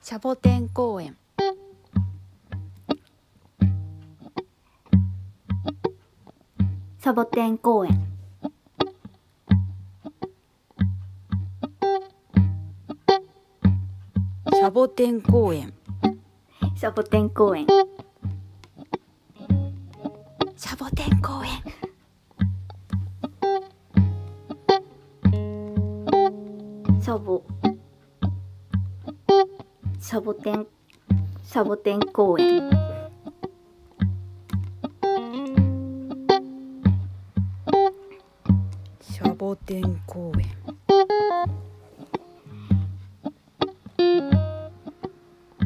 シャボテン公園サボテン公園シャボテン公園サボテン公園シャボテン公園サボサボテンサボテン公園シャボテン公園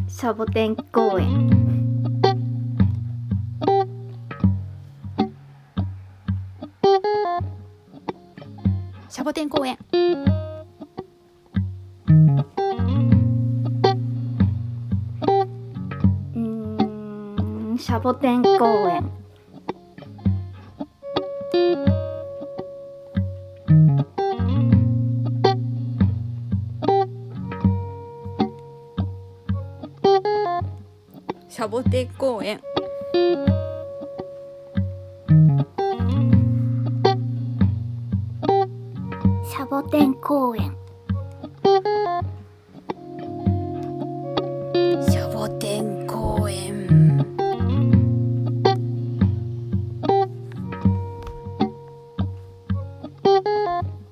サボテン公園シャボテン公園うーんシャボテン公園シャボテン公園シャボテン公園シャボテン公園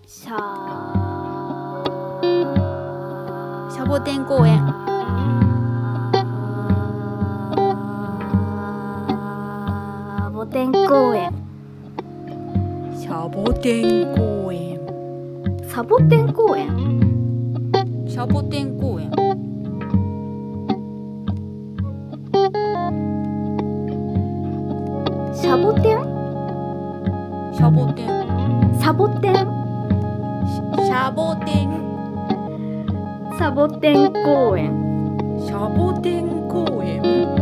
シャシャボテン公園ボテン公園シャボテン公園サボテン公園シャボテン公園シャボテンシャボテンサボテンシャボテンサボテン公園シャボテン公園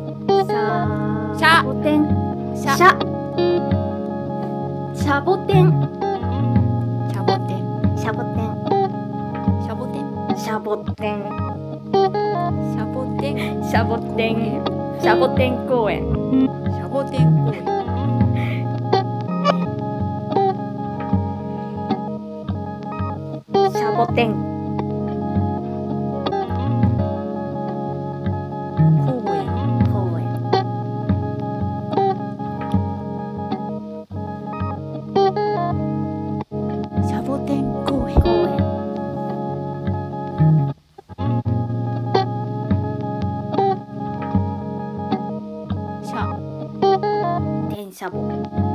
サシャボテンシシャャシシャボテンャボテンシャボテンシャボテンシャボテンシャボテンシャボテンシャボテン公園シャボテン公園シャボテン公園公園シャボテン公園公園シャ電車ボ